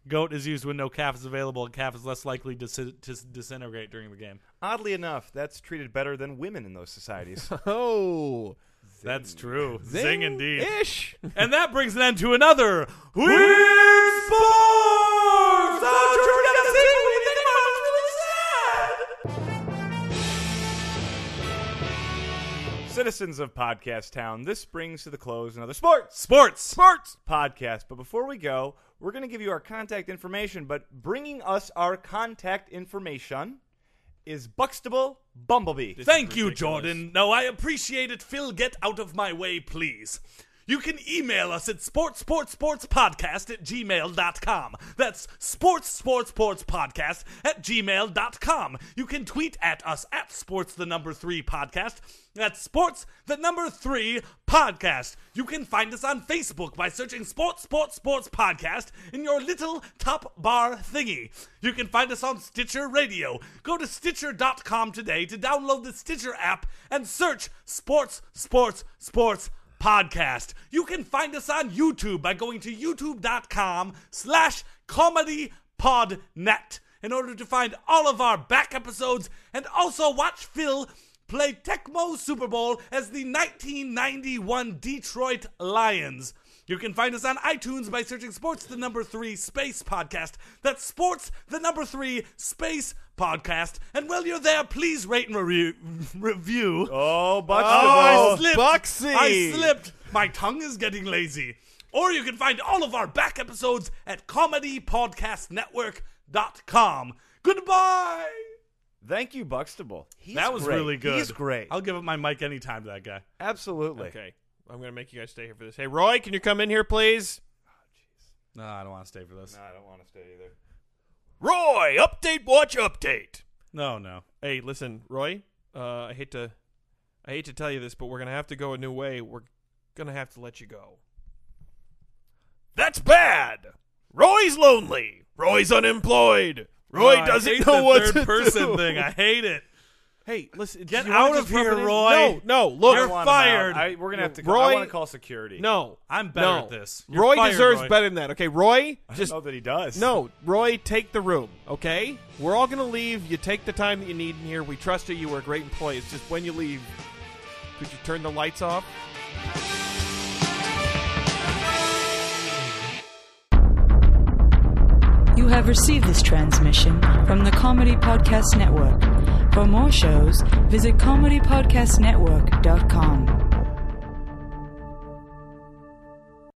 B: goat is used when no calf is available and calf is less likely to, si- to s- disintegrate during the game.
C: Oddly enough, that's treated better than women in those societies.
A: Oh,
B: That's true. Zing, indeed.
A: Ish.
B: and that brings an end to another Weird Sports! Not sure we're gonna sing, but we think about it, it's really sad!
C: Citizens of Podcast Town, this brings to the close another sports
B: Sports. Sports.
C: podcast. But before we go, we're going to give you our contact information. But bringing us our contact information is Buxtable Bumblebee.
B: Thank you, Jordan. No, I appreciate it. Phil, get out of my way, please. You can email us at sportsportsportspodcast at gmail.com. That's sportsportsportspodcast at gmail.com. You can tweet at us at sports the number three podcast. That's sports the number three podcast. You can find us on Facebook by searching Sports Sports Sports Podcast in your little top bar thingy. You can find us on Stitcher Radio. Go to Stitcher.com today to download the Stitcher app and search Sports Sports Sports Podcast. You can find us on YouTube by going to youtube.com slash comedy podnet in order to find all of our back episodes and also watch Phil play Tecmo Super Bowl as the 1991 Detroit Lions. You can find us on iTunes by searching Sports the Number 3 Space Podcast. That's Sports the Number 3 Space Podcast. And while you're there, please rate and review. review.
C: Oh,
B: I
C: Buxtable.
B: slipped.
A: Buxy.
B: I slipped. My tongue is getting lazy. Or you can find all of our back episodes at comedypodcastnetwork.com. Goodbye.
C: Thank you, Buxtable. He's
B: that was
C: great.
B: really good.
C: He's great.
B: I'll give up my mic anytime to that guy.
C: Absolutely.
A: Okay, I'm gonna make you guys stay here for this. Hey, Roy, can you come in here, please?
B: No, I don't want to stay for this.
C: I don't want to stay either.
A: Roy, update, watch, update.
B: No, no.
A: Hey, listen, Roy. Uh, I hate to, I hate to tell you this, but we're gonna have to go a new way. We're gonna have to let you go. That's bad. Roy's lonely. Roy's unemployed. Roy
B: No, I hate the third person thing. I hate it.
A: Hey, listen.
B: Get
A: do you wanna
B: out of
A: just rub
B: here,
A: it in?
B: Roy.
A: No, no. Look,
B: You're
C: want him
B: fired.
C: out. I, we're gonna have to. I
A: Roy-
C: want to call security.
A: no.
B: I'm better
A: no.
B: at this. You're
A: Roy
B: fired,
A: deserves
B: Roy.
A: better than that. Okay, Roy, just
C: know that he does.
A: no. Roy, take the room. Okay, we're all gonna leave. You take the time that you need in here. We trust you. You were a great employee. It's just when you leave, could you turn the lights off?
E: You have received this transmission from the Comedy Podcast Network. For more shows, visit comedypodcastnetwork.com.